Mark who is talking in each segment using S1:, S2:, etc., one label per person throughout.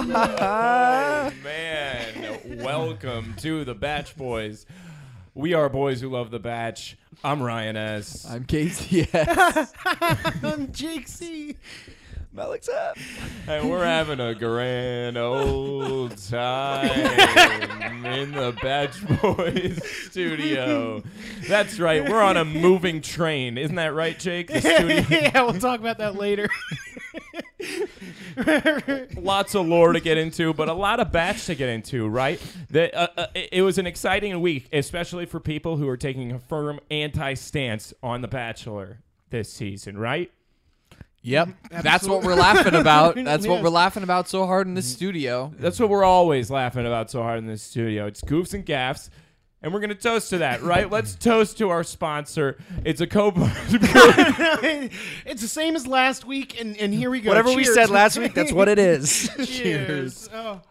S1: Oh, man, welcome to the Batch Boys. We are boys who love the Batch. I'm Ryan S.
S2: I'm Casey. Yes.
S3: I'm Jake C.
S2: Malik's up.
S1: and we're having a grand old time in the Batch Boys studio. That's right, we're on a moving train. Isn't that right, Jake? The studio.
S3: yeah, we'll talk about that later.
S1: Lots of lore to get into, but a lot of batch to get into, right? That uh, uh, it it was an exciting week, especially for people who are taking a firm anti stance on The Bachelor this season, right?
S2: Yep. That's what we're laughing about. That's what
S3: Yes.
S2: we're laughing about so hard in this studio.
S1: That's what we're always laughing about so hard in this studio. It's goofs and gaffs. And we're going to toast to that, right? Let's toast to our sponsor. It's a co
S3: it's the same as last week, and, and here we go.
S4: Whatever we
S3: Cheers.
S4: said last week, that's what it is.
S3: Cheers. Oh.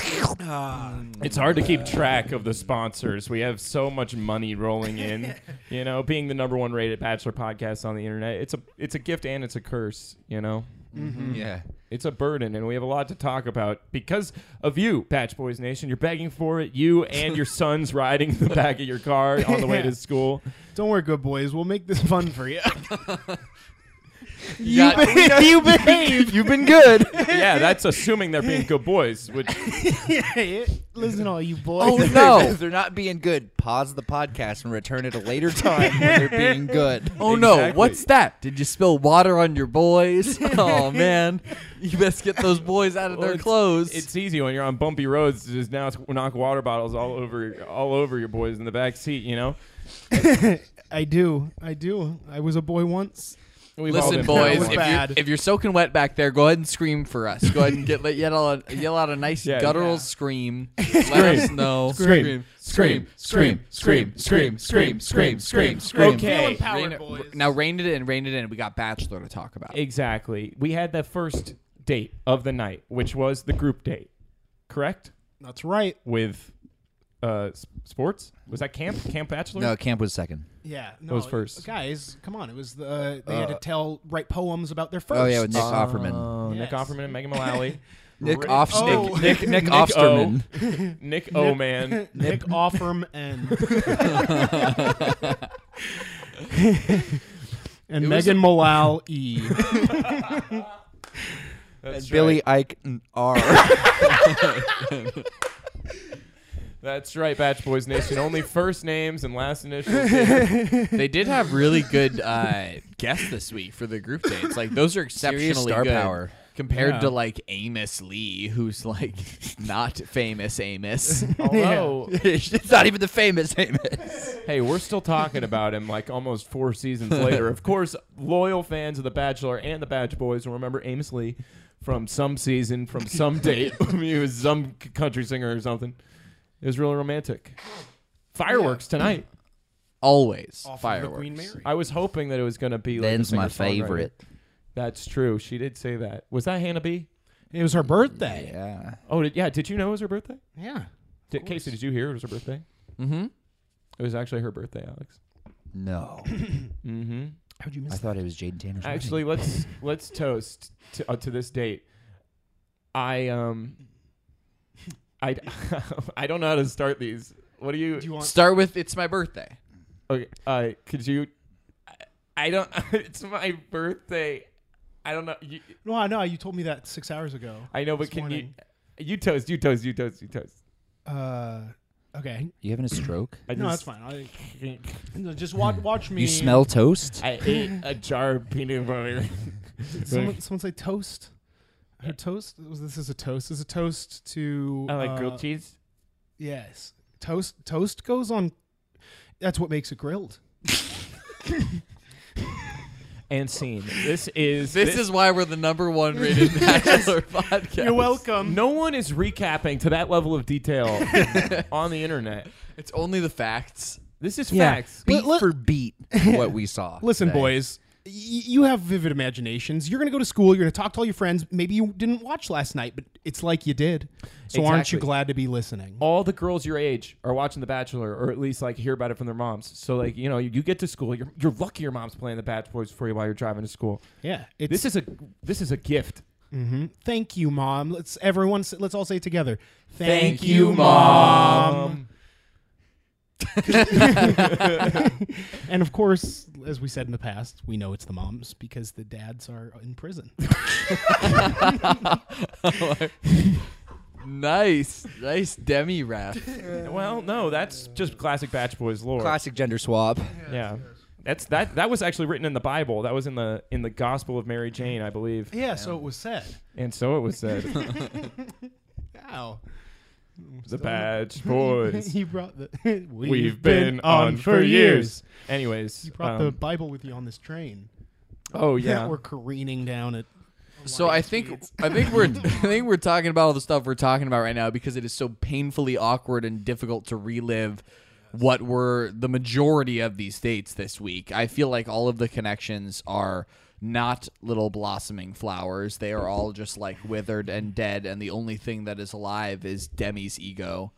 S1: It's hard to keep track of the sponsors. We have so much money rolling in. You know, being the number one rated bachelor podcast on the internet, it's a it's a gift and it's a curse. You know,
S2: Yeah.
S1: it's a burden, and we have a lot to talk about because of you, Patch Boys Nation. You're begging for it. You and your sons riding the back of your car on the way to school.
S3: Don't worry, good boys. We'll make this fun for you.
S2: You got,
S3: you behave.
S4: You've been good.
S1: Yeah, that's assuming they're being good boys, which
S3: Listen, all you boys.
S4: Oh
S2: no.
S4: no, they're not being good. Pause the podcast and return at a later time when they're being good.
S2: oh no,
S1: Exactly.
S2: what's that? Did you spill water on your boys? Oh man. You best get those boys out of
S1: Well,
S2: their
S1: it's-
S2: clothes.
S1: It's easy when you're on bumpy roads to just now knock water bottles all over all over your boys in the back seat. You know,
S3: I do. I do. I was a boy once.
S1: We've all
S2: Listen,
S1: been
S2: boys,
S3: was
S1: there.
S2: if you're,
S3: bad.
S2: if you're soaking wet back there, go ahead and scream for us. Go ahead and get let, yell, out, yell out a nice
S1: Yeah.
S2: guttural scream. Let us know.
S1: Scream. Scream. Scream. Scream. Scream. Scream. Scream. Scream. Scream. Okay.
S2: Rein it- now rein Uh, it in, rein it in. We got Bachelor to talk about.
S1: Exactly. We had the first date of the night, which was the group date, correct?
S3: That's right.
S1: With uh, s- sports? Was that camp? Camp Bachelor?
S4: No, camp was second.
S3: Yeah. No,
S1: was first.
S3: Guys, come on. It was the. they had to tell, write poems about their first.
S4: Uh, Oh yeah, with Nick Offerman.
S1: Oh, Nick
S3: Yes.
S1: Offerman and Megan Mullally.
S4: Nick
S1: Rick-
S4: Offerman.
S3: Oh.
S4: Nick Nick, Nick
S1: Nick
S4: Offerman.
S1: Nick O Man.
S3: Nick Offerman. and and
S2: was
S3: Megan Malal E.
S1: That's
S4: And Billy Ike and R.
S1: That's right, Batch Boys Nation. Only first names and last initials.
S2: They did have really good uh, guests this week for the group dates. Like those are exceptionally
S4: star
S2: good
S4: power.
S2: compared
S3: Yeah.
S2: to like Amos Lee, who's like not famous Amos.
S1: Although,
S4: it's not even the famous name.
S1: Oh, Hey, we're still talking about him like almost four seasons later. Of course, loyal fans of The Bachelor and The Batch Boys will remember Amos Lee from some season, from some date. he was some c- country singer or something. It was really romantic. Fireworks tonight.
S2: Always
S3: Off of the
S2: fireworks.
S3: Queen Mary.
S1: I was hoping that it was going to be. Like
S4: Ben's
S1: a
S4: my
S1: singer-songwriter.
S4: favorite.
S1: That's true. She did say that. Was that Hannah B?
S3: It was her birthday.
S4: Yeah.
S1: Oh, did, yeah. Did you know it was her birthday?
S3: Yeah.
S1: Did, Casey, did you hear it was her birthday?
S2: Mm-hmm.
S1: It was actually her birthday, Alex.
S4: No,
S1: Mm-hmm.
S3: How'd you
S4: I
S3: miss
S4: thought it was Jaden Tanner's.
S1: Actually, let's let's toast to, uh, to this date. I um, I I don't know how to start these. What do you?
S3: that? Do you want?
S2: Start with it's my birthday.
S1: okay, uh, could you? I, I don't. it's my birthday. I don't know. You,
S3: No, I know. You told me that six hours ago.
S1: I know, but
S3: This
S1: can
S3: morning.
S1: you? You toast. You toast. You toast. You toast.
S3: Uh, okay.
S4: you having a stroke?
S1: I
S3: No, that's
S1: just-
S3: fine. I, no, just watch, watch me.
S4: You smell toast?
S1: I ate a jar of peanut butter.
S3: Did someone, someone say toast? Her toast. Was this is a toast? This is a toast to.
S1: I like
S3: uh,
S1: grilled cheese.
S3: Yes. Toast. Toast goes on. That's what makes it grilled.
S1: And scene. This is
S2: This is why we're the number one rated Bachelor podcast.
S3: welcome.
S1: No one is recapping to that level of detail on the internet.
S2: It's only the facts.
S1: This is
S4: Yeah.
S1: facts.
S4: Beat
S3: Let- let-
S4: for beat, what we saw.
S3: Listen,
S4: today.
S3: boys. y- you have vivid imaginations. You're going to go to school. You're going to talk to all your friends. Maybe you didn't watch last night, but it's like you did. So aren't you
S1: Exactly. Oh,
S3: glad to be listening?
S1: all the girls your age are watching The Bachelor, or at least like hear about it from their moms. So like you know, you, you get to school, you're you're lucky your mom's playing The Bachelor for you while you're driving to school.
S3: Yeah. It's,
S1: This is a this is a gift.
S3: hmm Thank you, mom. Let's everyone. s- Let's all say it together.
S1: Thank you, Mom.
S3: and of course, as we said in the past, we know it's the moms because the dads are in prison.
S2: nice, nice demi rap.
S1: Well, no, that's just classic Batch Boys lore.
S4: Classic gender swap.
S1: yeah. That's that that was actually written in the Bible. That was in the in the Gospel of Mary Jane, I believe.
S3: Yeah. So it was said.
S1: And so it was said.
S3: Ow.
S1: the Batch Boys.
S3: he brought the.
S1: We've been on for years. Anyways,
S3: You brought the
S1: um,
S3: Bible with you on this train.
S1: oh yeah,
S3: That we're careening down it.
S2: So I think I think we're I think we're talking about all the stuff we're talking about right now because it is so painfully awkward and difficult to relive what were the majority of these dates this week. I feel like all of the connections are not little blossoming flowers. They are all just like withered and dead, and the only thing that is alive is Demi's ego.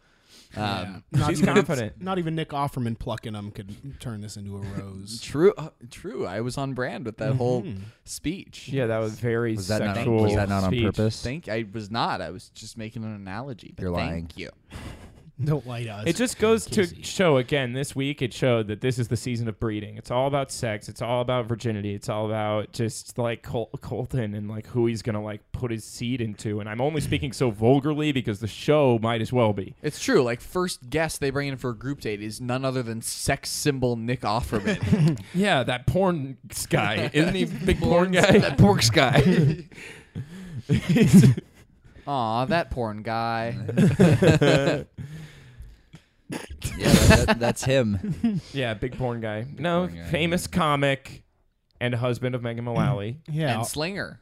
S2: Um,
S3: Not
S1: she's
S3: even-
S1: confident.
S3: Not even Nick Offerman plucking them could turn this into a rose.
S2: True, uh, true. I was on brand with that whole
S4: Mm-hmm.
S2: speech.
S1: Yeah, that was very
S4: Was that not-
S1: sexual.
S4: was that not on
S1: speech.
S4: purpose?
S2: Thank. I was not. I was just making an analogy. But
S4: You're
S2: thank
S4: lying.
S2: you.
S3: Don't lie to us.
S1: It just goes
S3: Casey.
S1: to show again this week. It showed that this is the season of breeding. It's all about sex. It's all about virginity. It's all about just like Col- Colton and like who he's gonna like put his seed into. And I'm only speaking so vulgarly because the show might as well be.
S2: It's true. Like first guest they bring in for a group date is none other than sex symbol Nick Offerman.
S1: Yeah, that porn guy isn't he big porn guy?
S4: That pork's guy.
S2: Aw, that porn guy.
S4: yeah, that, that- that's him.
S1: yeah, big porn guy. No,
S4: porn guy.
S1: famous comic and husband of Megan Mullally.
S3: yeah,
S2: And Slinger.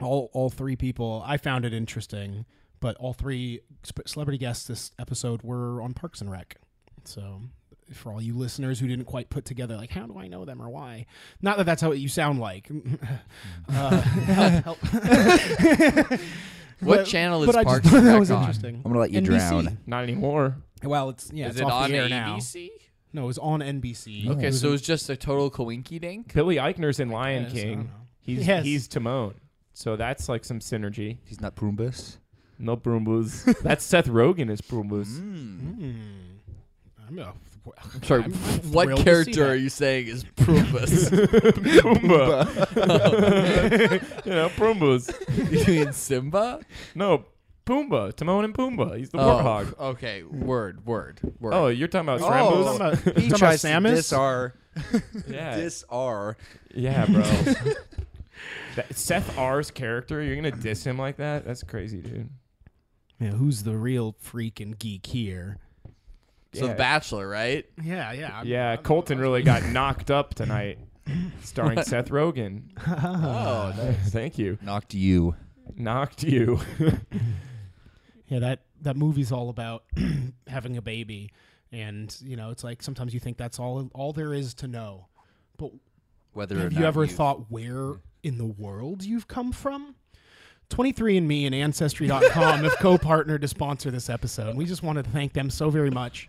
S3: all all three people. I found it interesting, but all three sp- celebrity guests this episode were on Parks and Rec. So, for all you listeners who didn't quite put together, like, how do I know them or why? Not that that's how you sound like. uh, help, help.
S2: What
S3: But-
S2: channel is
S3: but I just
S2: Parks
S3: thought
S2: and
S3: that
S2: Rec
S3: was
S2: on?
S3: interesting.
S4: I'm gonna let you
S3: NBC.
S4: drown.
S1: Not anymore.
S3: Well, it's yeah,
S2: is
S3: it's
S2: it
S3: off
S2: on
S3: the air now.
S2: ABC?
S3: No, it's on NBC.
S2: Okay, so it's just a total coinky dink.
S1: Billy Eichner's in Lion
S3: guess, I don't
S1: King.
S3: know.
S1: He's
S3: Yes.
S1: he's Timon. So that's like some synergy.
S4: He's not Prumbus.
S1: No Broombus. That's Seth Rogen is Broombus.
S3: Hmm. I'm a-
S2: Sorry,
S3: I'm thrilled
S2: what
S3: to see
S2: character
S3: that.
S2: are you saying is Prumbus?
S1: Pumbaa. you know, Broombus.
S2: you mean Simba?
S1: No, Pumbaa. Timon and Pumbaa. He's the warthog.
S2: Oh, okay, word, word, word.
S1: Oh, you're talking about
S4: Oh.
S1: Srambus?
S3: Talking about-
S4: He
S3: talking about
S4: tries to
S3: Samus?
S4: diss our,
S1: Yeah.
S4: diss our.
S1: yeah, bro. that, Seth R's character, you're going to diss him like that? That's crazy, dude.
S3: Yeah, who's the real freak and geek here?
S2: so
S1: yeah.
S2: The Bachelor, right?
S3: Yeah, yeah. I'm-
S1: yeah,
S3: I'm-
S1: Colton really got knocked up tonight. Starring Seth Rogen.
S2: Oh, nice.
S1: Thank you.
S4: Knocked you.
S1: Knocked you.
S3: Yeah, that that movie's all about having a baby, and you know, it's like sometimes you think that's all all there is to know. But
S4: Whether or
S3: have
S4: not
S3: you ever thought where in the world you've come from? 23andMe and Ancestry.com have co partnered to sponsor this episode. We just want to thank them so very much.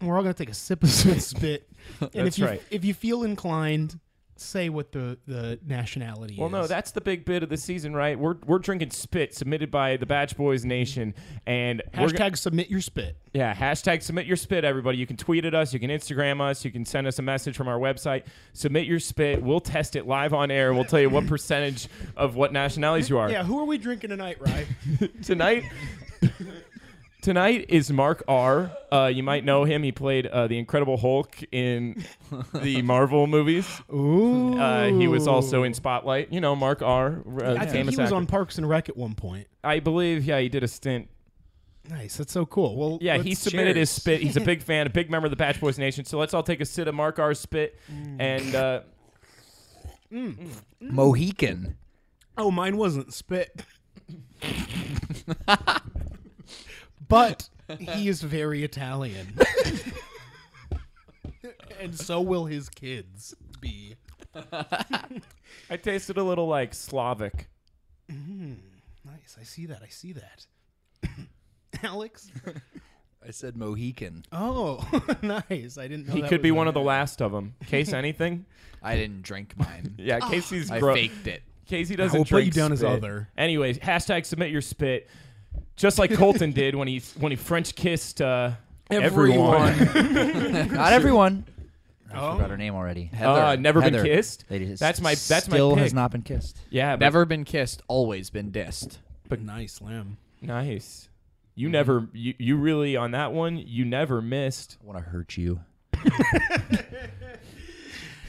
S3: And we're all going to take a sip of this spit. And
S1: That's
S3: if you,
S1: right.
S3: If you feel inclined, say what the, the nationality
S1: Well,
S3: is.
S1: no, that's the big bit of the season, right? We're we're drinking spit submitted by the Batch Boys Nation, and we're
S3: Hashtag
S1: go-
S3: submit your spit.
S1: yeah, hashtag submit your spit, everybody. You can tweet at us, you can Instagram us, you can send us a message from our website. Submit your spit. We'll test it live on air. We'll tell you what percentage of what nationalities you are.
S3: Yeah, who are we drinking tonight, Rye?
S1: Tonight. Tonight is Mark R. Uh, you might know him. He played uh, the Incredible Hulk in the Marvel movies.
S3: Ooh.
S1: Uh, he was also in Spotlight. You know, Mark R. Uh,
S3: I think
S1: famous
S3: he was
S1: actor.
S3: on Parks and Rec at one point.
S1: I believe, yeah, he did a stint.
S3: Nice. That's so cool. Well,
S1: Yeah, he
S3: let's
S1: submitted
S2: cheers.
S1: his spit. He's a big fan, a big member of the Patch Boys Nation. So let's all take a sit of Mark R's spit.
S3: Mm.
S1: And uh,
S4: Mohican?
S3: Oh, mine wasn't spit. but he is very Italian. and so will his kids be.
S1: I tasted a little like Slavic.
S3: Nice. I see that. I see that. Alex.
S4: I said Mohican.
S3: Oh, nice. I didn't know
S1: He
S3: Oh, that
S1: could
S3: was
S1: be
S3: a-
S1: one of the last of them. Case anything?
S2: I didn't drink mine.
S1: Yeah, Casey's
S2: I
S1: gross.
S2: faked it.
S1: Casey doesn't
S3: Ah, I will put
S1: drink
S3: you down as
S1: spit.
S3: other.
S1: Anyways, hashtag submit your spit, just like Colton did when he when he French kissed uh, everyone.
S4: Not everyone. I
S3: Oh.
S4: forgot her name already. Heather.
S1: Uh, never been
S4: Heather.
S1: kissed?
S4: They just
S1: That's my- that's my
S4: still
S1: pick.
S4: has not been kissed.
S1: yeah, but-
S2: Never been kissed, always been dissed.
S1: But-
S3: nice lamb.
S1: nice. You never you, you really on that one. You never missed.
S4: I want to hurt you.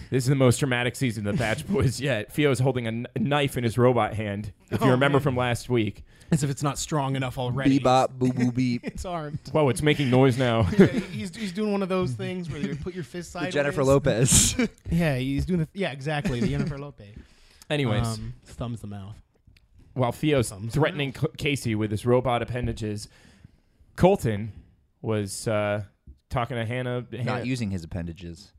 S1: This is the most dramatic season of the Batch Boys yet. Fio's holding a kn- knife in his robot hand. If you
S3: Oh,
S1: remember
S3: man.
S1: from last week.
S3: As if it's not strong enough already.
S4: Bebop, boo boo beep.
S3: It's armed.
S1: Whoa, it's making noise now.
S3: Yeah, he's, he's doing one of those things where you put your fist sideways.
S4: Jennifer Lopez.
S3: Yeah, he's doing the yeah exactly the Jennifer Lopez.
S1: Anyways,
S3: Um, thumbs the mouth.
S1: while Theo's
S3: Thumbs
S1: threatening C- Casey with his robot appendages, Colton was uh, talking to Hannah. Hannah-
S4: Not using his appendages.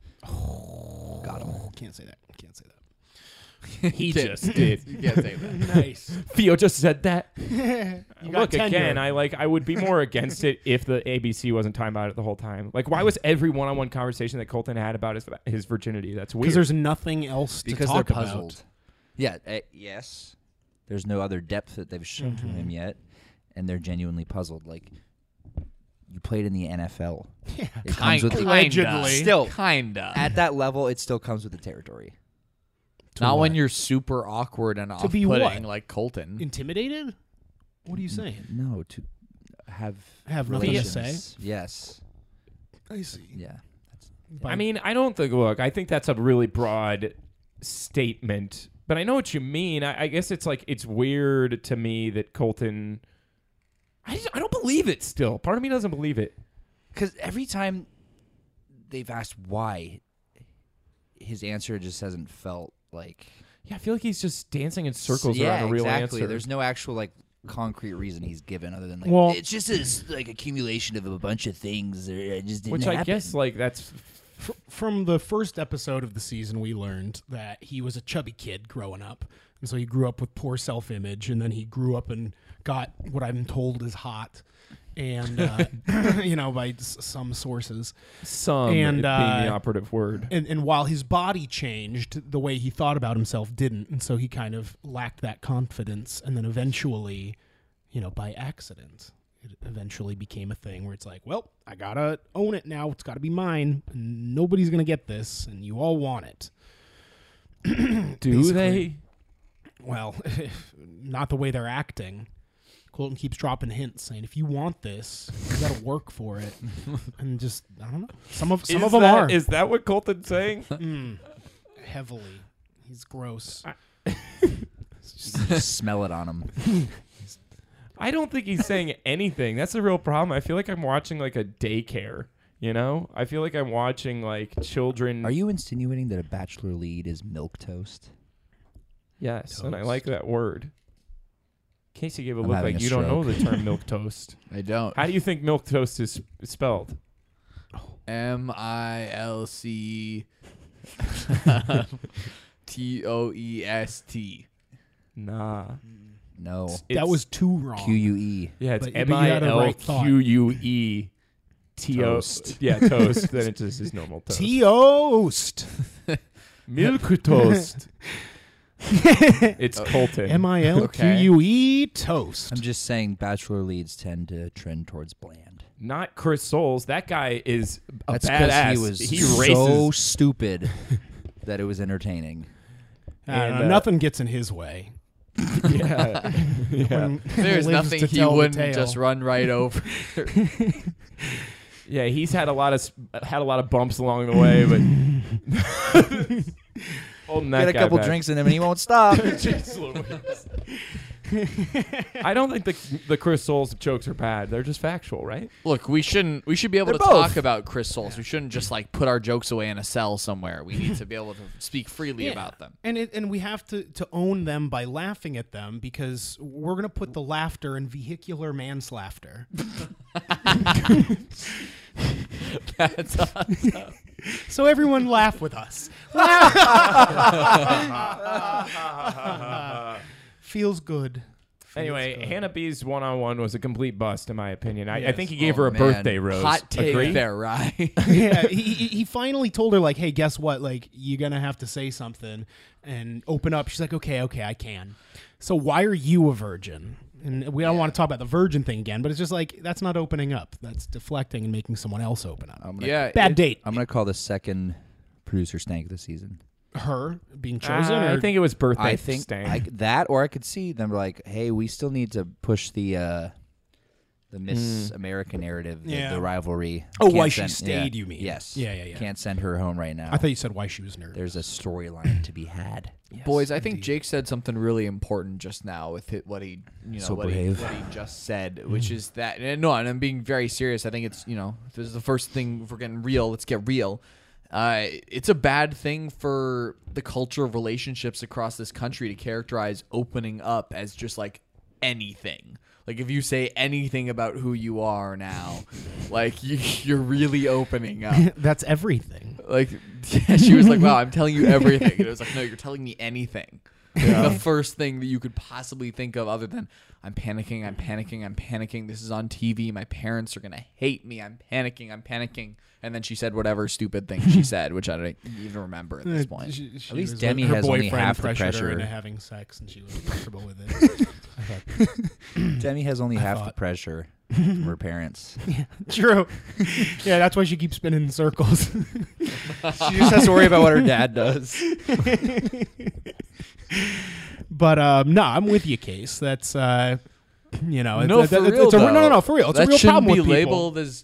S4: Got him.
S3: Oh, Can't say that. Can't say that.
S1: he just did.
S2: You can't say that.
S3: Nice.
S1: Theo just said that.
S3: You got
S1: Look
S3: tenure.
S1: again. I like. I would be more against it if the ABC wasn't talking about it the whole time. Like, why was every one-on-one conversation that Colton had about his his virginity? That's
S3: because
S1: weird.
S3: there's nothing else to
S4: Because they're
S3: talk
S4: puzzled.
S3: about.
S4: Yeah. Uh, yes. There's no other depth that they've shown to
S3: Mm-hmm.
S4: him yet, and they're genuinely puzzled. Like you played in the NFL.
S3: Yeah.
S4: It comes with the,
S3: Allegedly.
S4: Still.
S2: kinda.
S4: at that level, it still comes with the territory.
S2: Not
S3: what?
S2: when you're super awkward and
S3: To be what?
S2: off-putting like Colton.
S3: Intimidated? What
S1: Mm-hmm.
S3: are you saying?
S4: No, to have
S3: Have nothing to
S4: relations.
S3: say.
S4: Yes.
S3: I see.
S4: Yeah.
S1: I mean, I don't think. Look, I think that's a really broad statement, but I know what you mean. I, I guess it's like it's weird to me that Colton. I just, I don't believe it. Still, part of me doesn't believe it.
S4: Because every time they've asked why, his answer just hasn't felt like
S1: Yeah, I feel like he's just dancing in circles
S4: yeah,
S1: around a real
S4: exactly.
S1: answer.
S4: There's no actual like concrete reason he's given other than like
S3: Well-
S4: it's just this like accumulation of a bunch of things that it just didn't
S1: which I
S4: happen.
S1: guess like that's
S3: Fr- from the first episode of the season, we learned that he was a chubby kid growing up. And so he grew up with poor self image. And then he grew up and got what I'm told is hot. And, uh, you know, by s- some sources.
S1: some
S3: And,
S1: it being the
S3: uh,
S1: operative word.
S3: And, and while his body changed, the way he thought about himself didn't. And so he kind of lacked that confidence. And then eventually, you know, by accident, it eventually became a thing where it's like, well, I got to own it now. It's got to be mine. Nobody's going to get this. And you all want it.
S1: Do
S3: basically-
S1: they?
S3: Well, not the way they're acting. Colton keeps dropping hints saying, if you want this, you got to work for it. and just, I don't know. Some of, some
S1: Is
S3: of them
S1: that-
S3: are.
S1: Is that what Colton's saying?
S3: Mm. heavily. He's gross.
S4: You just smell it on him.
S1: I don't think he's saying anything. That's the real problem. I feel like I'm watching like a daycare. You know, I feel like I'm watching like children.
S4: Are you insinuating that a bachelor lead is milk toast?
S1: yes, and I like that word. Casey gave a
S4: I'm
S1: look
S4: having
S1: like
S4: a
S1: you don't know the term milk toast.
S2: I don't.
S1: How do you think milk toast is spelled?
S2: M I L C T O E S T.
S1: Nah.
S4: No.
S1: It's-
S3: that was too wrong.
S4: Q U E.
S1: Yeah, it's
S3: But- but
S1: M
S3: you
S1: I
S3: had a
S1: L
S3: right thought.
S1: Q U E T O.
S4: Toast.
S1: Yeah, toast. then it just is normal toast.
S3: Toast.
S1: Milk toast. it's Colton.
S3: M I L Q U E toast.
S4: I'm just saying bachelor leads tend to trend towards bland.
S1: Not Chris Souls. That guy is a
S4: That's
S1: badass.
S4: because he was so
S1: races.
S4: stupid that it was entertaining.
S3: I don't
S1: and,
S3: know,
S1: uh,
S3: nothing gets in his way.
S1: yeah. yeah.
S2: There's
S3: Lives
S2: nothing
S3: to
S2: he
S3: tell the
S2: wouldn't
S3: tale.
S2: just run right over.
S1: Yeah, he's had a lot of s- had a lot of bumps along the way, but holding that
S4: Get a
S1: guy
S4: couple
S1: back.
S4: drinks in him and he won't stop.
S1: I don't think the the Chris Souls jokes are bad. They're just factual, right?
S2: Look, we shouldn't. We should be able
S4: They're
S2: to
S4: both.
S2: talk about Chris Souls. We shouldn't just like put our jokes away in a cell somewhere. We need to be able to speak freely
S3: Yeah.
S2: about them.
S3: And it, and we have to, to own them by laughing at them because we're gonna put the laughter in vehicular manslaughter.
S2: That's awesome.
S3: so everyone laugh with us. Laugh. Feels good. Feels
S1: Anyway,
S3: good.
S1: Hannah B's one on one was a complete bust, in my opinion. I, I
S3: Yes.
S1: think he gave her a
S2: Oh, Man,
S1: birthday rose.
S2: Hot take
S1: Agree?
S2: there, right?
S3: yeah, he, he he finally told her like, "Hey, guess what? Like, you're gonna have to say something and open up." She's like, "Okay, okay, I can." So why are you a virgin? And we don't want to talk about the virgin thing again, but it's just like that's not opening up. That's deflecting and making someone else open up.
S4: I'm gonna,
S2: yeah.
S3: Bad
S2: it-
S3: date.
S4: I'm gonna call the second producer stank this season.
S3: Her being chosen.
S1: Uh, I
S3: or-
S1: think it was birthday
S4: I think
S1: stank.
S4: I c- that, or I could see them like, hey, we still need to push the uh, the Miss America narrative, the,
S3: Yeah.
S4: the rivalry.
S3: Hmm. Oh,
S4: Can't
S3: why she
S4: send-
S3: stayed,
S4: yeah.
S3: you mean.
S4: Yes.
S3: Yeah, yeah, yeah.
S4: Can't send her home right now.
S3: I thought you said why she was nervous.
S4: There's a storyline to be had.
S2: Boys, I think Jake said something really important just now with it, what he, you know,
S4: So
S2: what, he,
S4: brave. Mm.
S2: what he just said, which is that. And no, and I'm being very serious. I think it's you know, this is the first thing if we're getting real. Let's get real. Uh, it's a bad thing for the culture of relationships across this country to characterize opening up as just like anything. Like if you say anything about who you are now, like you, you're really opening up.
S3: that's everything.
S2: Like she was like, "Wow, I'm telling you everything." And it was like, "No, you're telling me anything." the first thing that you could possibly think of, other than "I'm panicking, I'm panicking, I'm panicking. This is on TV. My parents are gonna hate me. I'm panicking, I'm panicking." And then she said whatever stupid thing she said, which I don't even remember at this point.
S3: She, she
S4: At least
S3: was
S4: Demi
S3: like, her
S4: has only
S3: boyfriend
S4: half the
S3: pressured her
S4: pressure.
S3: into having sex, and she was comfortable with it.
S4: Demi has only half the
S3: thought-
S4: pressure from her parents.
S3: True. Yeah, that's why she keeps spinning in circles.
S4: she just has to worry about what her dad does.
S3: But um, no, I'm with you, Case. That's uh, you know,
S2: No,
S3: it's,
S2: for
S3: it's-
S2: real,
S3: it's a, no, no,
S2: though.
S3: no, for real. It's
S2: that
S3: a real
S2: shouldn't
S3: problem
S2: be
S3: with people.
S2: labeled as.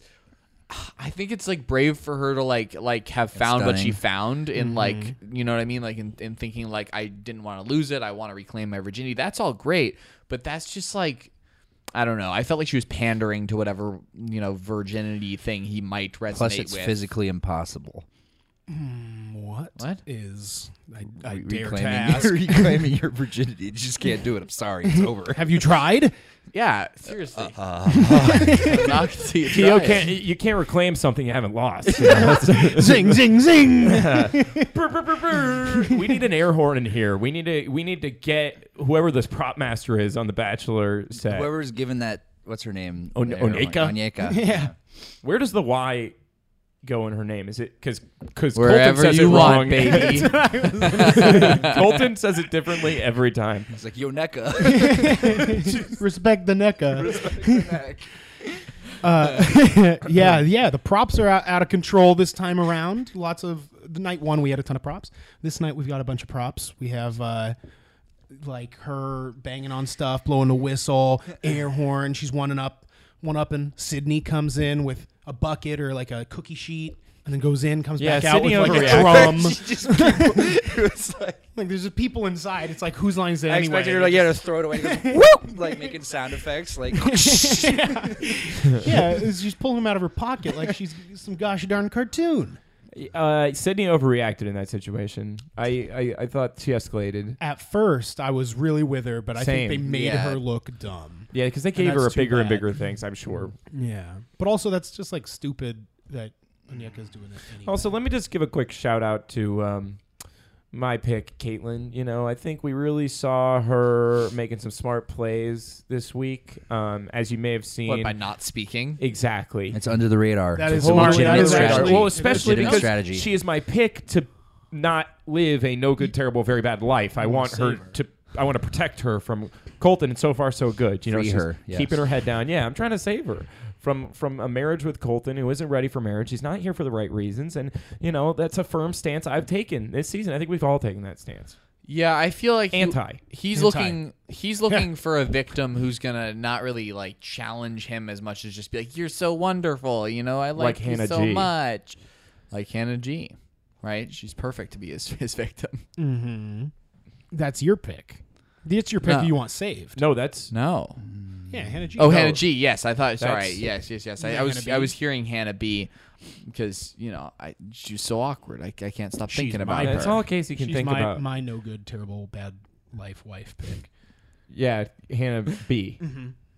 S2: I think it's like brave for her to like like have found what she
S4: stunning.
S2: found in
S3: Mm-hmm.
S2: like you know what I mean like in, in thinking like I didn't want to lose it I want to reclaim my virginity that's all great but that's just like I don't know I felt like she was pandering to whatever you know virginity thing he might resonate
S4: Plus, it's
S2: with
S4: physically impossible.
S2: What?
S3: what is? I, I
S4: Re-
S3: dare to
S4: reclaiming,
S3: ask.
S4: reclaiming your virginity. You just can't do it. I'm sorry. It's over.
S3: Have you tried?
S2: yeah seriously
S3: uh,
S2: I'm not gonna see it
S1: you, know,
S2: try it.
S1: can't, you can't reclaim something you haven't lost. you know?
S3: zing, zing, zing.
S1: Brr, brr, brr, brr. we need an air horn in here. We need to we need to get whoever this prop master is on the Bachelor set.
S4: Whoever's given that, what's her name?
S1: On-
S4: Everyone-
S1: Onyeka?
S4: Onyeka.
S3: yeah.
S1: Where does the Y go in her name? Is it because because Colton
S2: wherever
S1: says
S2: you
S1: it
S2: want
S1: wrong?
S2: baby
S1: Colton says it differently every time.
S4: It's like Yoneka.
S3: Respect the NECA. Uh, yeah, yeah. The props are out, out of control this time around. Lots of the night one we had a ton of props. This night we've got a bunch of props. We have uh, like her banging on stuff, blowing the whistle, air horn. She's one and up, one up, and Sydney comes in with a bucket or like a cookie sheet, and then goes in, comes
S1: Yeah,
S3: back out
S1: Sydney
S3: with like a
S1: overreacted.
S3: drum.
S4: just people, it's like,
S3: like there's just people inside. It's like whose line's it
S4: I
S3: anyway?
S4: expected her like, yeah, to throw it away. Goes, Whoop! Like making sound effects. Like,
S3: yeah, it's- she's pulling him out of her pocket like she's some gosh darn cartoon.
S1: Uh, Sydney overreacted in that situation. I, I, I thought she escalated.
S3: At first, I was really with her, but I
S1: Same.
S3: think they made
S4: Yeah.
S3: her look dumb.
S1: Yeah, because they gave her a
S3: that's too
S1: bigger and
S3: bad. Mm-hmm.
S1: bigger things. I'm sure.
S3: Yeah, but also that's just like stupid that Onyeka's doing it. Anyway.
S1: Also, let me just give a quick shout out to um, my pick, Caitlin. You know, I think we really saw her making some smart plays this week, um, as you may have seen.
S2: what by not speaking
S1: exactly.
S4: it's under the radar.
S3: That is
S1: Totally
S3: smart.
S1: under
S3: That
S1: the
S3: is
S1: radar.
S3: actually-
S1: well,
S3: it is
S1: especially
S3: legitimate
S1: because
S4: strategy.
S1: she is my pick to not live a no good, terrible, very bad life. I want her, to. I want to protect her from Colton, and so far so good. You know,
S4: Free
S1: she's
S4: her, yes.
S1: keeping her head down. Yeah, I'm trying to save her from from a marriage with Colton, who isn't ready for marriage. He's not here for the right reasons, and you know that's a firm stance I've taken this season. I think we've all taken that stance.
S2: Yeah, I feel like he-
S1: Anti.
S2: he's
S3: Anti.
S2: looking. He's looking for a victim who's gonna not really like challenge him as much as just be like, "You're so wonderful," you know. I like,
S1: Like
S2: you
S1: Hannah
S2: so
S1: G.
S2: much, like Hannah G. Right? She's perfect to be his his victim.
S3: that's your pick. That's your pick
S2: No.
S3: you want saved.
S1: No, that's
S2: No.
S3: Yeah, Hannah G.
S2: Oh,
S3: No.
S2: Hannah G. Yes, I thought. Sorry.
S1: That's-
S2: Yes, yes, yes. I,
S3: Yeah,
S2: I was
S3: Hannah B.
S2: I was hearing Hannah B. Because you know I she's so awkward. I, I can't stop thinking about
S3: my-
S1: that's
S2: her.
S1: all Casey can
S3: She's
S1: think
S3: my,
S1: about.
S3: my no good, terrible, bad life wife pick.
S1: yeah, Hannah B.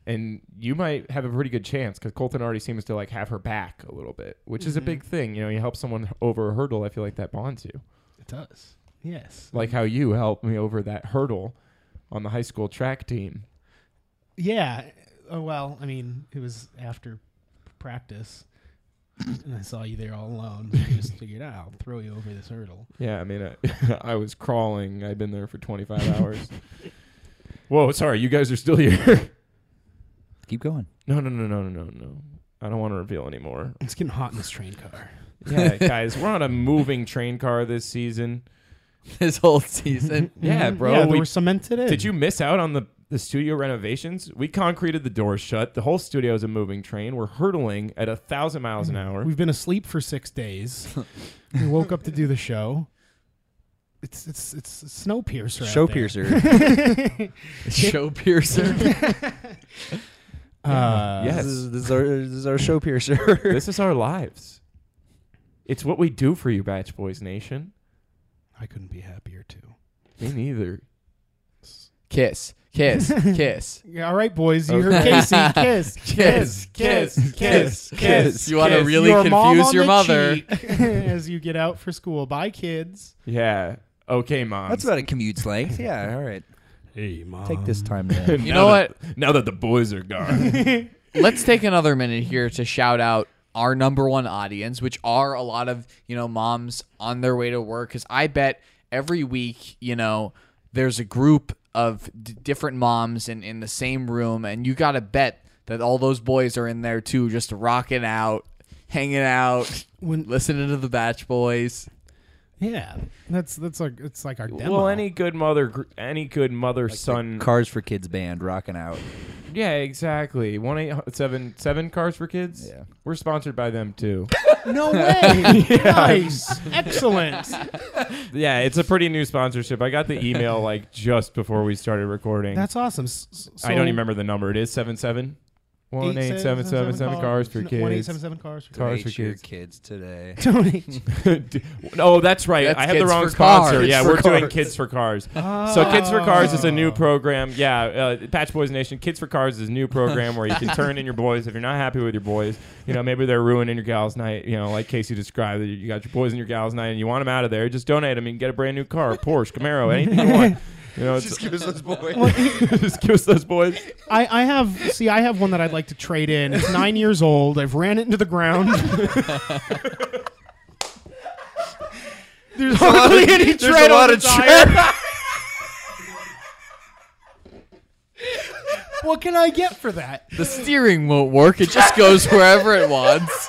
S1: and you might have a pretty good chance because Colton already seems to like have her back a little bit, which is a big thing. You know, you help someone over a hurdle. I feel like that bonds you,
S3: It does. Yes.
S1: like how you helped me over that hurdle on the high school track team.
S3: Yeah. Oh well, I mean, it was after practice, and I saw you there all alone. So I just figured, "Ah, I'll throw you over this hurdle.
S1: Yeah, I mean, I, I was crawling. I'd been there for 25 hours. Whoa, sorry, you guys are still here.
S4: Keep going.
S1: no, no, no, no, no, no, no. I don't want to reveal anymore.
S3: It's getting hot in this train car.
S1: Yeah, guys, we're on a moving train car this season.
S2: this whole season.
S1: Yeah,
S3: Mhm.
S1: bro.
S3: Yeah,
S1: we-
S3: we were cemented in.
S1: Did you miss out on the, the studio renovations? We concreted the doors shut. The whole studio is a moving train. We're hurtling at a thousand miles an hour.
S3: We've been asleep for six days. we woke up to do the show. It's it's it's a snow piercer. out there.
S4: Showpiercer.
S2: Show piercer.
S3: Uh,
S1: Yeah.
S4: this, is, this is our this is our showpiercer.
S1: this is our lives. It's what we do for you, Batch Boys Nation.
S3: I couldn't be happier too.
S1: Me neither.
S2: Kiss. Kiss. Kiss.
S3: Yeah, all right, boys. You heard Casey. Kiss,
S2: Kiss,
S1: Oh. kiss, kiss, kiss.
S2: You want to
S1: Kiss.
S2: really
S3: your mom
S2: confuse
S3: on
S2: your
S3: the
S2: mother.
S3: cheek as you get out for school. Bye, kids.
S1: Yeah. Okay, mom.
S4: That's about a commute slang. Yeah, all right.
S3: Hey, mom.
S4: Take this time to
S2: You know what?
S1: Now that the boys are gone.
S2: Let's take another minute here to shout out our number one audience, which are a lot of, you know, moms on their way to work. Because I bet every week, you know, there's a group of d- different moms in, in the same room. And you got to bet that all those boys are in there too, just rocking out, hanging out,
S3: When,
S2: listening to the Batch Boys.
S3: yeah, that's that's like it's like our demo.
S1: well, any good mother, gr- any good mother son.
S4: Cars for Kids band rocking out.
S1: yeah, exactly. One eight uh, seven seven cars for kids.
S4: Yeah.
S1: We're sponsored by them too.
S3: no way. Nice, excellent.
S1: yeah, it's a pretty new sponsorship. I got the email like just before we started recording.
S3: That's awesome. S- s- So
S1: I don't even remember the number. It is seven seven. One eight seven seven seven cars for
S3: One eight
S1: kids.
S3: seven seven cars for kids.
S1: Cars
S4: Rate
S1: for
S4: your
S1: kids.
S4: kids today.
S3: Donate.
S1: oh, that's right.
S2: That's
S1: I have the
S2: Kids
S1: wrong
S2: for
S1: sponsor.
S2: Cars.
S1: Yeah,
S2: Kids
S1: we're
S2: for
S1: doing
S2: Cars.
S1: Kids for Cars.
S3: Ah.
S1: So Kids for Cars is a new
S3: Oh.
S1: program. Yeah, uh, Patch Boys Nation. Kids for Cars is a new program where you can turn in your boys if you're not happy with your boys. You know, maybe they're ruining your gals' night. You know, like Casey described, that you got your boys in your gals' night and you want them out of there. Just donate them and get a brand new car, Porsche, Camaro, anything you want. You know, it's,
S4: give us those boys.
S1: just give us those boys.
S3: I, I have see I have one that I'd like to trade in. It's nine years old. I've ran it into the ground. There's hardly any
S4: there's a
S3: tread
S4: lot
S3: on
S4: of
S3: the tire. what can I get for that?
S2: The steering won't work. It just goes wherever it wants.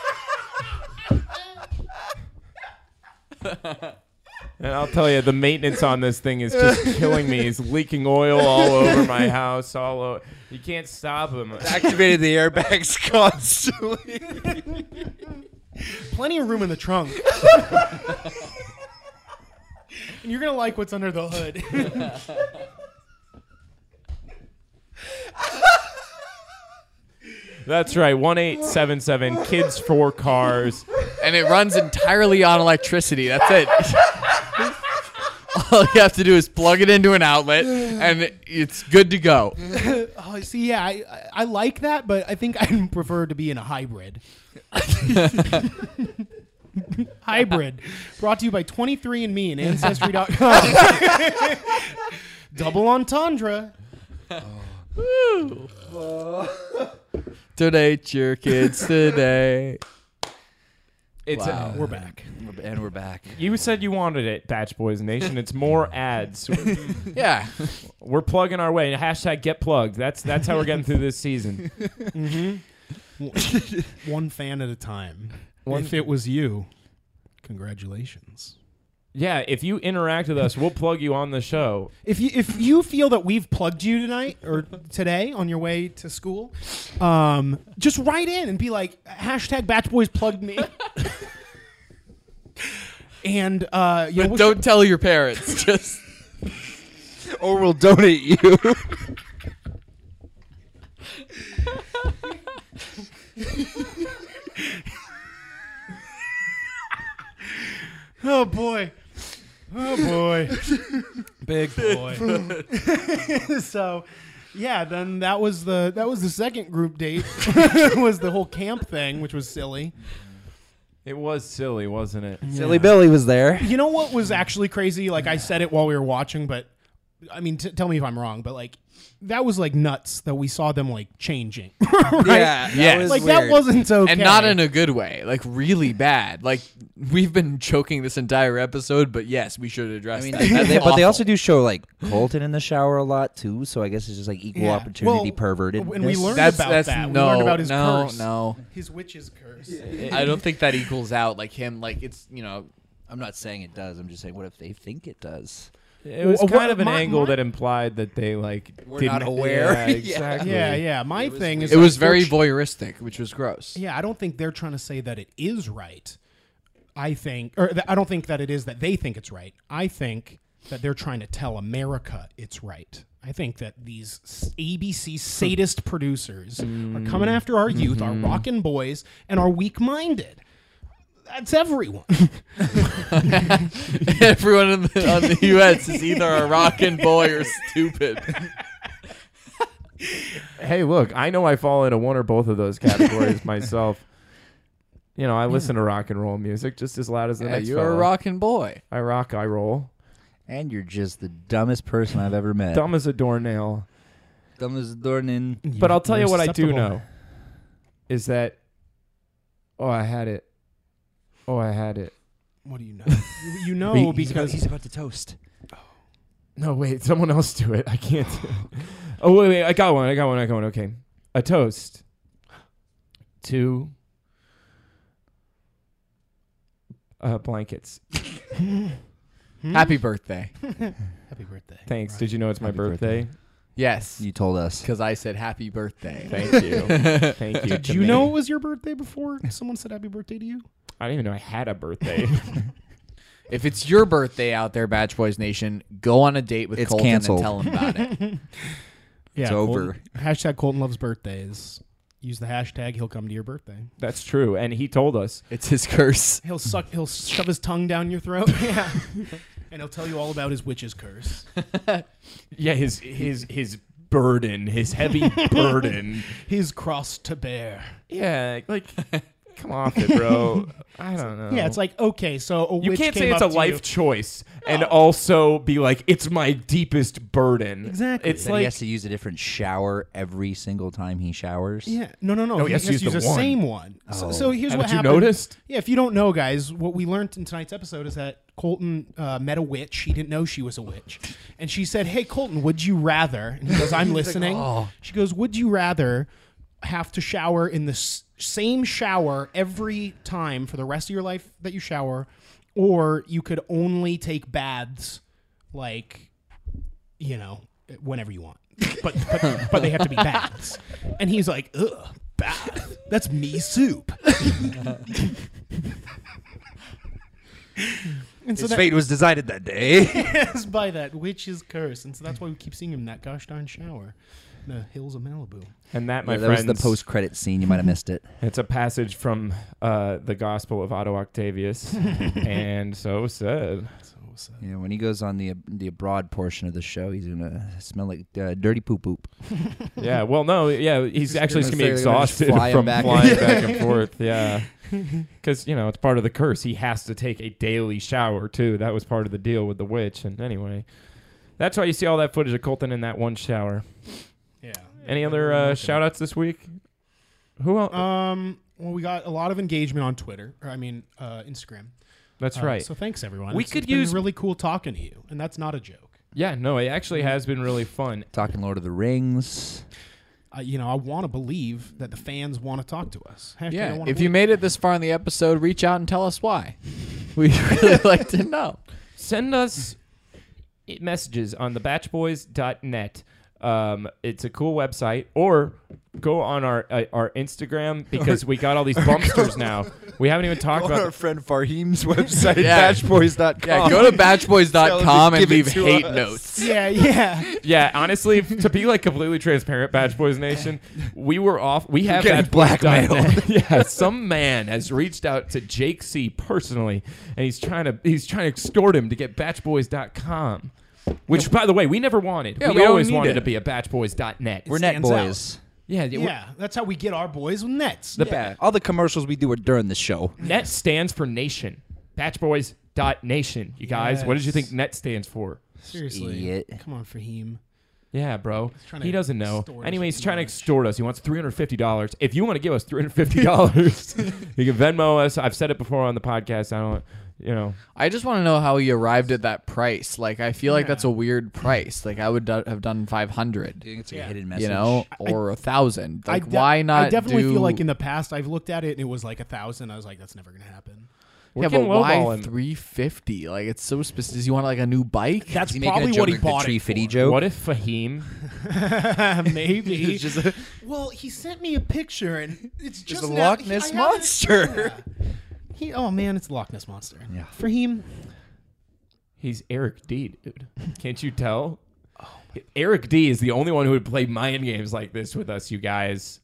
S1: And I'll tell you, the maintenance on this thing is just killing me. It's leaking oil all over my house. All over. You can't stop him.
S4: Activated the airbags constantly.
S3: Plenty of room in the trunk. and you're gonna like what's under the hood.
S1: That's right. One eight seven seven. Kids for cars.
S2: And it runs entirely on electricity. That's it. All you have to do is plug it into an outlet and it- it's good to go.
S3: oh, see, yeah, I, I- I like that, but I think I'd prefer to be in a hybrid. hybrid, brought to you by 23andMe and Ancestry.com. Double entendre.
S2: Donate your kids today.
S1: It's
S2: Wow.
S3: We're back.
S4: and we're back.
S1: you said you wanted it, Batch Boys Nation. It's more ads.
S2: Yeah.
S1: We're plugging our way. Hashtag get plugged. That's that's how we're getting through this season.
S3: One fan at a time. if it was you, congratulations.
S1: Yeah, if you interact with us, we'll plug you on the show.
S3: If you if you feel that we've plugged you tonight or today on your way to school, um, just write in and be like hashtag Batch Boys plugged me. and uh, you know,
S2: But
S3: we'll-
S2: don't tell your parents. Just
S4: Or we'll donate you.
S3: oh boy, oh boy, big boy. so yeah, then that was the that was the second group date. was the whole camp thing, which was silly.
S1: It was silly, wasn't it?
S4: Silly Billy was there.
S3: You know what was actually crazy? Like I said it while we were watching, but I mean, t- tell me if I'm wrong, but like that was like nuts that we saw them like changing. right?
S4: Yeah,
S2: Yes.
S4: was
S3: like that
S4: weird.
S3: wasn't okay,
S2: and not in a good way, like really bad. Like we've been choking this entire episode, but yes, we should
S4: I
S2: address
S4: mean,
S2: that.
S4: they-
S2: That's
S4: they- but they
S2: awful.
S4: also do show like Colton in the shower a lot too. So I guess it's just like equal
S3: Yeah.
S4: opportunity
S3: Well,
S4: perverted.
S3: and we learned
S2: that's
S3: about
S2: that's
S3: that. We
S2: no
S3: learned about his
S2: no
S3: curse.
S2: no.
S3: his witch's curse.
S2: I don't think that equals out like him. Like it's you know
S4: I'm not saying it does. I'm just saying what if they think it does?
S1: It was
S3: Well,
S1: kind
S3: what-
S1: of an
S3: my-
S1: angle
S3: my-
S1: that implied that they like
S4: Were
S1: didn't-
S4: not aware.
S1: Yeah,
S4: Yeah.
S1: exactly.
S3: Yeah, yeah. My thing is
S2: it
S3: like,
S2: was very
S3: they're tr-
S2: voyeuristic, which was gross.
S3: Yeah, I don't think they're trying to say that it is right. I think, or th- I don't think that it is that they think it's right. I think that they're trying to tell America it's right. I think that these s- ABC sadist producers are coming after our youth,
S1: Mm-hmm.
S3: our rockin' boys, and our weak-minded. That's everyone.
S2: Everyone in the, on the U.S. is either a rockin' boy or stupid.
S1: Hey, look, I know I fall into one or both of those categories myself. You know, I listen to rock and roll music just as loud as the
S2: Yeah,
S1: next.
S2: you're a
S1: fella.
S2: rockin' boy.
S1: I rock. I roll.
S4: And you're just the dumbest person I've ever met.
S1: Dumb as a doornail.
S4: Dumb as Dornan.
S1: But I'll tell you
S3: You're
S1: what I do
S3: susceptible.
S1: know is that oh I had it. Oh I had it.
S3: What do you know? You, you know because
S4: he's about to toast.
S1: No, wait, someone else do it. I can't do it. Oh wait, wait, I got one, I got one, I got one. Okay. A toast to uh, blankets.
S2: Happy birthday.
S3: happy birthday.
S1: Thanks.
S3: Right.
S1: Did you know it's my
S4: Happy
S1: birthday?
S4: birthday.
S2: Yes,
S4: You told us.
S2: because I said happy birthday.
S1: Thank you. Thank you.
S3: Did
S1: to
S3: you
S1: me.
S3: know it was your birthday before someone said happy birthday to you?
S1: I didn't even know I had a birthday.
S2: If it's your birthday out there, Batch Boys Nation, go on a date with
S4: It's
S2: Colton
S4: canceled.
S2: and tell him about it.
S3: Yeah,
S4: It's over.
S3: Colton- hashtag Colton loves birthdays. Use the hashtag. He'll come to your birthday.
S1: That's true. And he told us.
S2: It's his curse.
S3: He'll suck. He'll shove his tongue down your throat. yeah, and he'll tell you all about his witch's curse.
S1: Yeah, his his his burden, his heavy burden.
S3: His cross to bear.
S1: Yeah, like come off it, bro. I don't know.
S3: Yeah, it's like okay, so a
S1: Oh. you
S3: witch
S1: can't
S3: came
S1: say it's
S3: up
S1: a
S3: to
S1: life
S3: you.
S1: choice and also be like it's my deepest burden.
S3: Exactly.
S1: It's
S4: Then he
S1: like
S4: has to use a different shower every single time he showers.
S3: Yeah, no, no, no.
S1: No,
S3: he
S1: has to use Oh, the
S3: the
S1: one. Oh.
S3: same one. So, so here's
S1: haven't
S3: what
S1: you
S3: happened.
S1: noticed?
S3: Yeah, if you don't know, guys, what we learned in tonight's episode is that Colton uh, met a witch. He didn't know she was a witch, and she said, "Hey, Colton, would you rather?" And he goes, "I'm listening." She goes, "Would you rather have to shower in the s- same shower every time for the rest of your life that you shower, or you could only take baths like you know, whenever you want. But but, but they have to be baths. And he's like, ugh, bath. That's me soup. and so
S4: His
S3: that
S4: fate was decided that day.
S3: is by that witch's curse. And so that's why we keep seeing him in that gosh darn shower. in The hills of Malibu.
S1: and that my
S4: that was
S1: friends
S4: the post-credit scene. You might have missed it.
S1: It's a passage from uh, the Gospel of Otto Octavius, and so said.
S3: So sad.
S4: Yeah, when he goes on the the abroad portion of the show, he's gonna smell like uh, dirty poop poop.
S1: Yeah. Well, no. Yeah, he's actually
S4: gonna
S1: just gonna be
S4: say they're
S1: exhausted
S4: gonna just fly him
S1: from
S4: back and-
S1: flying back and forth. Yeah. Because you know it's part of the curse. He has to take a daily shower too. That was part of the deal with the witch. And anyway, that's why you see all that footage of Colton in that one shower.
S3: Yeah.
S1: Any other uh, shout outs this week? Who else?
S3: Um well we got a lot of engagement on Twitter, or I mean uh, Instagram.
S1: That's
S3: Uh,
S1: right.
S3: So thanks everyone.
S1: We
S3: It's-
S1: could
S3: it's been
S1: use-
S3: really cool talking to you, and that's not a joke.
S1: yeah, no, it actually has been really fun.
S4: Talking Lord of the Rings.
S3: I you know, I want to believe that the fans want to talk to us. Hashtag I
S2: Yeah.
S3: wanna
S2: If you
S3: believe.
S2: made it this far in the episode, reach out and tell us why. We'd really like to know.
S1: Send us i- messages on thebatchboys.net. Um, it's a cool website, or go on our uh, our Instagram because we got all these bumpsters now. We haven't even talked about.
S4: friend Farheem's website,
S2: Yeah. Yeah, go to batchboys.com
S4: Just
S2: and
S4: give it
S2: leave
S4: to
S2: hate
S4: us.
S2: notes.
S3: Yeah, yeah.
S1: Yeah, honestly, to be like completely transparent, Batch Boys Nation, we were off. We have
S4: Getting
S1: BatchBoys.net.
S4: blackmailed.
S1: yeah, some man has reached out to Jake C personally, and he's trying to he's trying to extort him to get BatchBoys.com. Which, by the way, we never wanted.
S2: Yeah,
S1: we,
S2: we don't
S1: always
S2: need
S1: wanted
S2: it.
S1: to be a batchboys.net.
S4: We're net
S3: stands out.
S4: boys.
S1: yeah, yeah, we're-
S3: Yeah, that's how we get our boys with nets.
S1: The
S4: Yeah.
S1: ba-
S4: All the commercials we do are during the show.
S1: net stands for nation. Batchboys.nation. You guys, what did you think
S3: Yes.
S1: net stands for?
S3: Seriously,
S4: Idiot.
S3: come on, Fahim.
S1: Yeah, bro.
S3: trying
S1: He
S3: to
S1: doesn't know.
S3: extort us
S1: Anyway, he's
S3: with
S1: trying to
S3: knowledge.
S1: extort us. He wants $350. If you want to give us $350, you can Venmo us. I've said it before on the podcast. I don't, you know.
S2: I just want to know how he arrived at that price. Like, I feel like that's a weird price. Like, I would do- have done five
S4: Do
S2: hundred,
S4: you think it's like
S3: Yeah.
S4: a hidden message?
S2: you know,
S3: I-
S2: or a thousand.
S3: I
S2: Like,
S3: de-
S2: why not?
S3: I definitely
S2: do-
S3: feel like in the past I've looked at it and it was like a thousand. I was like, that's never gonna happen.
S1: We're
S2: yeah, but
S1: getting lowball
S2: why
S1: him.
S2: three fifty? Like, it's so specific. Does he want like a new bike?
S3: That's
S4: Is he making a
S3: probably
S4: joke
S3: what he
S4: like the
S3: bought
S4: tree
S3: it
S4: fitty
S3: for.
S4: joke?
S1: What if Fahim
S3: Maybe. well, he sent me a picture and it's just
S4: a
S3: now-
S4: Loch
S3: he- I
S4: Ness
S3: haven't-
S4: monster.
S3: yeah. He, oh man, it's the Loch Ness monster.
S4: Yeah.
S3: Fahim,
S1: He's Eric D, dude. Can't you tell?
S3: Oh
S1: Eric D is the only one who would play mind games like this with us, you guys.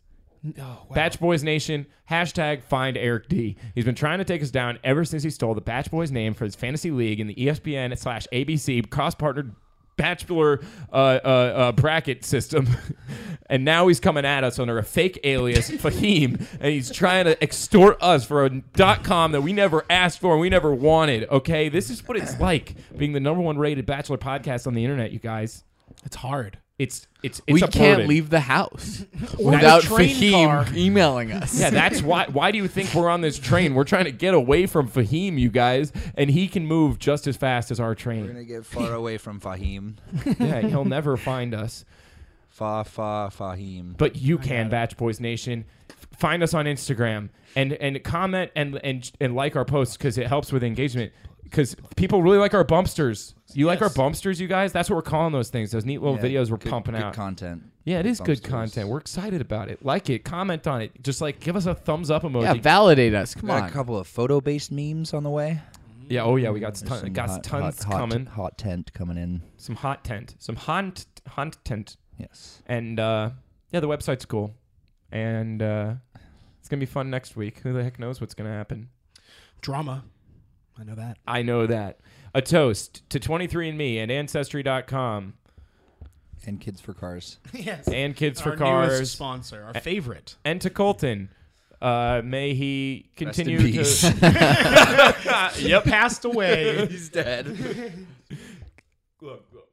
S3: oh, wow.
S1: Batch Boys Nation, hashtag find Eric D. He's been trying to take us down ever since he stole the Batch Boys name for his fantasy league in the E ESPN slash ABC cross partnered bachelor uh, uh, uh, bracket system. and now he's coming at us under a fake alias, Fahim, and he's trying to extort us for a dot com that we never asked for and we never wanted. Okay, this is what it's like being the number one rated bachelor podcast on the internet, you guys.
S3: it's hard.
S1: It's it's it's
S2: we
S1: a
S2: can't
S1: burden.
S2: leave the house
S3: Or the
S2: without
S3: train
S2: Fahim
S3: car.
S2: emailing us.
S1: Yeah, that's why. Why do you think we're on this train? We're trying to get away from Fahim, you guys, and he can move just as fast as our
S4: We're
S1: train.
S4: gonna get far away from Fahim.
S1: Yeah, he'll never find us.
S4: Fa fa Fahim.
S1: But you can, Batch Boys Nation. F- Find us on Instagram and and comment and and and like our posts because it helps with engagement. Because people really like our bumpsters. You like our
S3: Yes.
S1: bumpsters, you guys? That's what we're calling those things. Those neat little
S4: Yeah,
S1: videos we're
S4: good-
S1: pumping
S4: good
S1: out.
S4: content.
S1: yeah, it is good
S4: Thumbsters.
S1: content. We're excited about it. Like it, comment on it. Just like give us a thumbs up emoji.
S2: yeah, validate us.
S4: We
S2: Come
S4: got
S2: on.
S4: a couple of photo-based memes on the way.
S1: Yeah, oh yeah, we got
S4: There's
S1: ton,
S4: some
S1: got
S4: hot-
S1: tons
S4: hot, hot,
S1: coming.
S4: Hot tent coming in.
S1: some hot tent, some haunt haunt tent,
S4: Yes.
S1: and uh, yeah, the website's cool, and uh, it's gonna be fun next week. Who the heck knows what's gonna happen?
S3: Drama. I know that.
S1: I know that. A toast to 23andMe and Ancestry.com
S4: And kids for cars.
S3: yes.
S1: and Kids for
S3: our newest
S1: Cars
S3: sponsor, our favorite.
S1: and to Colton. Uh, may he
S4: Rest in
S1: continue
S4: peace.
S1: to.
S3: yep. Passed away.
S4: He's dead.
S1: Look, look.